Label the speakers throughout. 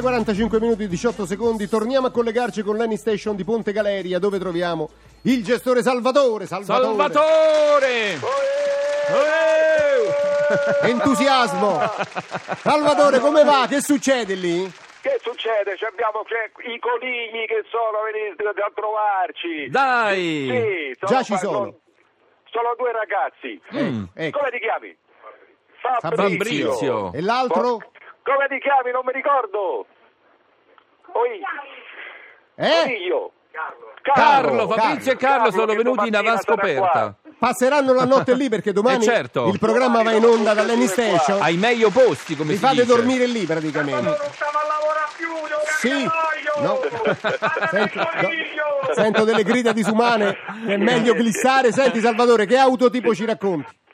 Speaker 1: 9.45 minuti e 18 secondi, torniamo a collegarci con l'Any Station di Ponte Galeria dove troviamo il gestore Salvatore. Salvatore!
Speaker 2: Salvatore!
Speaker 1: Eh! Entusiasmo! Salvatore, come va? Che succede lì?
Speaker 3: Che succede? Ci abbiamo c'è i conigli che sono venuti a trovarci.
Speaker 2: Dai!
Speaker 3: Sì,
Speaker 1: Già ci sono.
Speaker 3: sono due ragazzi.
Speaker 1: Ecco.
Speaker 3: Come ti chiami?
Speaker 2: Fabrizio.
Speaker 1: E l'altro?
Speaker 3: Come ti chiami? Non mi ricordo. Oi.
Speaker 1: Eh?
Speaker 3: Coniglio. Carlo.
Speaker 1: Carlo,
Speaker 2: Carlo, Fabrizio e Carlo
Speaker 3: Carlo,
Speaker 2: sono
Speaker 3: che
Speaker 2: venuti in
Speaker 3: domattina sarà
Speaker 2: avanscoperta.
Speaker 1: Passeranno la notte lì perché domani
Speaker 2: Eh, certo.
Speaker 1: il programma va in onda dall'Any Station.
Speaker 2: Ai meglio posti, come
Speaker 1: Vi
Speaker 2: si
Speaker 1: fate
Speaker 2: dice.
Speaker 1: dormire lì praticamente.
Speaker 3: stavo a lavorare più, devo
Speaker 1: Eh. Sì. No. Sento,
Speaker 3: coniglio.
Speaker 1: no. Sento delle grida disumane, è meglio glissare. Senti Salvatore, che autotipo ci racconti?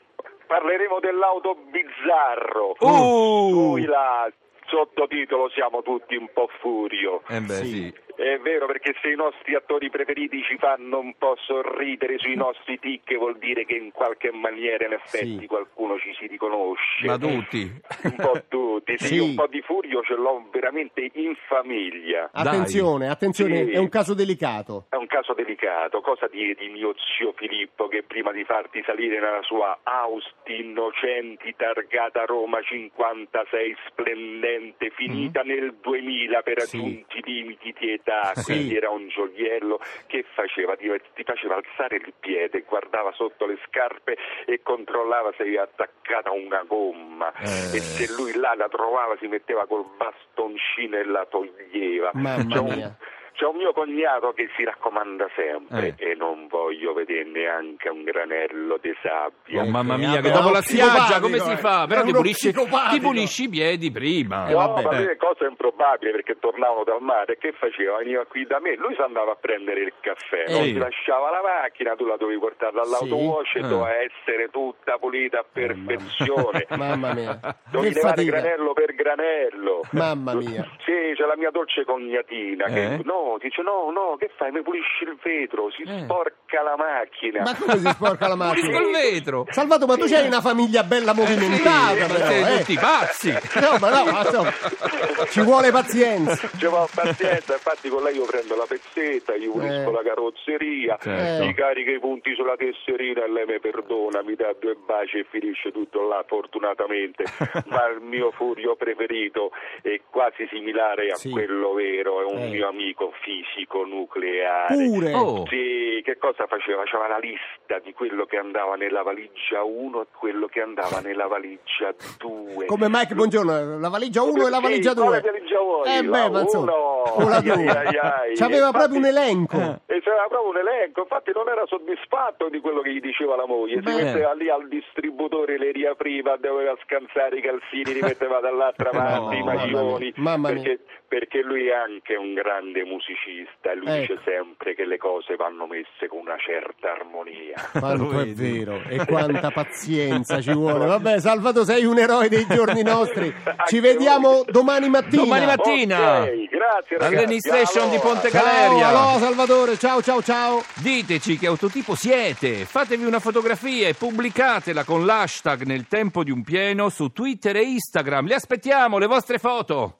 Speaker 3: Parleremo dell'auto bizzarro.
Speaker 2: Uh.
Speaker 3: Poi la sottotitolo siamo tutti un po' furio.
Speaker 2: Eh beh,
Speaker 1: Sì.
Speaker 2: sì.
Speaker 3: È vero perché se i nostri attori preferiti ci fanno un po' sorridere
Speaker 2: Mm.
Speaker 3: sui nostri tic vuol dire che in qualche maniera in effetti
Speaker 1: Sì.
Speaker 3: qualcuno ci si riconosce.
Speaker 1: eh,
Speaker 2: Ma tutti.
Speaker 3: Un po' tutti, sì,
Speaker 1: Sì.
Speaker 3: un po' di furio ce l'ho veramente in famiglia.
Speaker 2: Dai.
Speaker 1: Attenzione, attenzione,
Speaker 3: Sì.
Speaker 1: è un caso delicato.
Speaker 3: È un caso delicato, cosa dire di mio zio Filippo che prima di farti salire nella sua Austin Innocenti targata Roma 56 splendente, finita nel 2000 per
Speaker 1: Mm-hmm. Sì.
Speaker 3: raggiunti limiti di età,
Speaker 1: Sì.
Speaker 3: quindi era un gioiello che faceva, ti, ti faceva alzare il piede, guardava sotto le scarpe e controllava se era attaccata una gomma
Speaker 2: Eh.
Speaker 3: e se lui là la trovava si metteva col bastoncino e la toglieva.
Speaker 1: Mamma
Speaker 3: C'è un-
Speaker 1: mia.
Speaker 3: c'è un mio cognato che si raccomanda sempre
Speaker 2: Eh.
Speaker 3: e non voglio vedere neanche un granello di sabbia.
Speaker 2: Oh, mamma mia, che
Speaker 1: È
Speaker 2: dopo
Speaker 1: uno
Speaker 2: la spiaggia come si
Speaker 1: psicopatico,
Speaker 2: fa?
Speaker 1: eh.
Speaker 2: Però
Speaker 1: È
Speaker 2: ti
Speaker 1: uno
Speaker 2: pulisci, ti
Speaker 1: psicopatico.
Speaker 2: pulisci i piedi prima.
Speaker 1: Eh,
Speaker 3: No,
Speaker 1: vabbè.
Speaker 3: ma è cosa improbabile perché tornavano dal mare che faceva? Veniva qui da me, lui si andava a prendere il caffè,
Speaker 1: Eh,
Speaker 3: non
Speaker 2: sì.
Speaker 3: ti lasciava la macchina, tu la dovevi portare
Speaker 1: Sì.
Speaker 3: all'auto wash e
Speaker 2: Eh.
Speaker 3: doveva essere tutta pulita a perfezione.
Speaker 1: Mamma mia,
Speaker 3: Devi
Speaker 1: che
Speaker 3: levare
Speaker 1: fatica.
Speaker 3: granello per granello.
Speaker 1: Mamma mia.
Speaker 3: Sì, c'è la mia dolce cognatina
Speaker 2: Eh?
Speaker 3: che no, dice no, no, che fai? Mi pulisci il vetro, si
Speaker 2: Eh.
Speaker 3: sporca la macchina.
Speaker 1: Ma come si sporca la macchina?
Speaker 2: Col vetro.
Speaker 1: Salvato, ma tu c'hai una famiglia
Speaker 3: Eh,
Speaker 1: bella movimentata,
Speaker 2: Sì, ma
Speaker 1: però,
Speaker 2: siete
Speaker 1: eh.
Speaker 2: tutti pazzi.
Speaker 1: No, ma no, ma insomma, ci vuole pazienza.
Speaker 3: Ci va pazienza, infatti con lei io prendo la pezzetta, gli unisco
Speaker 1: Eh.
Speaker 3: la carrozzeria,
Speaker 2: Certo.
Speaker 3: gli carico i punti sulla tesserina e lei mi perdona, mi dà due baci e finisce tutto là fortunatamente, ma il mio furio preferito è quasi similare a
Speaker 1: Sì.
Speaker 3: quello vero, è un
Speaker 1: Eh.
Speaker 3: mio amico fisico nucleare.
Speaker 1: Pure.
Speaker 2: Oh.
Speaker 3: Sì, che cosa faceva? Faceva la lista di quello che andava nella valigia 1 e quello che andava nella valigia 2.
Speaker 1: Come Mike, buongiorno, la valigia 1 e la
Speaker 3: Sì,
Speaker 1: valigia 2.
Speaker 3: quale valigia vuoi?
Speaker 1: Eh
Speaker 3: La
Speaker 1: beh, ma insomma,
Speaker 3: uno.
Speaker 1: o la
Speaker 3: Ai,
Speaker 1: due.
Speaker 3: ai, ai.
Speaker 1: C'aveva
Speaker 3: Infatti-
Speaker 1: proprio un elenco.
Speaker 3: E c'era proprio un elenco, infatti non era soddisfatto di quello che gli diceva la moglie, si
Speaker 2: Beh.
Speaker 3: metteva lì al distributore, le riapriva, doveva scansare i calzini, li metteva dall'altra parte, i
Speaker 2: mamma mia,
Speaker 3: maglioni,
Speaker 1: mamma mia.
Speaker 3: perché, perché lui è anche un grande musicista e lui
Speaker 1: Ecco.
Speaker 3: dice sempre che le cose vanno messe con una certa armonia.
Speaker 1: Quanto
Speaker 2: Lo
Speaker 1: è
Speaker 2: vedi?
Speaker 1: vero e quanta pazienza ci vuole. Vabbè, Salvato, sei un eroe dei giorni nostri. Ci
Speaker 3: Anche
Speaker 1: vediamo
Speaker 3: voi.
Speaker 1: domani mattina.
Speaker 2: Domani mattina. Tina.
Speaker 3: Ok, grazie ragazzi.
Speaker 2: All'Eni Station di
Speaker 3: Allora.
Speaker 2: Ponte
Speaker 1: Ciao,
Speaker 2: Galeria.
Speaker 1: allora, Salvatore, ciao, ciao, ciao.
Speaker 2: Diteci che autotipo siete, fatevi una fotografia e pubblicatela con l'hashtag nel tempo di un pieno su Twitter e Instagram. Le aspettiamo, le vostre foto.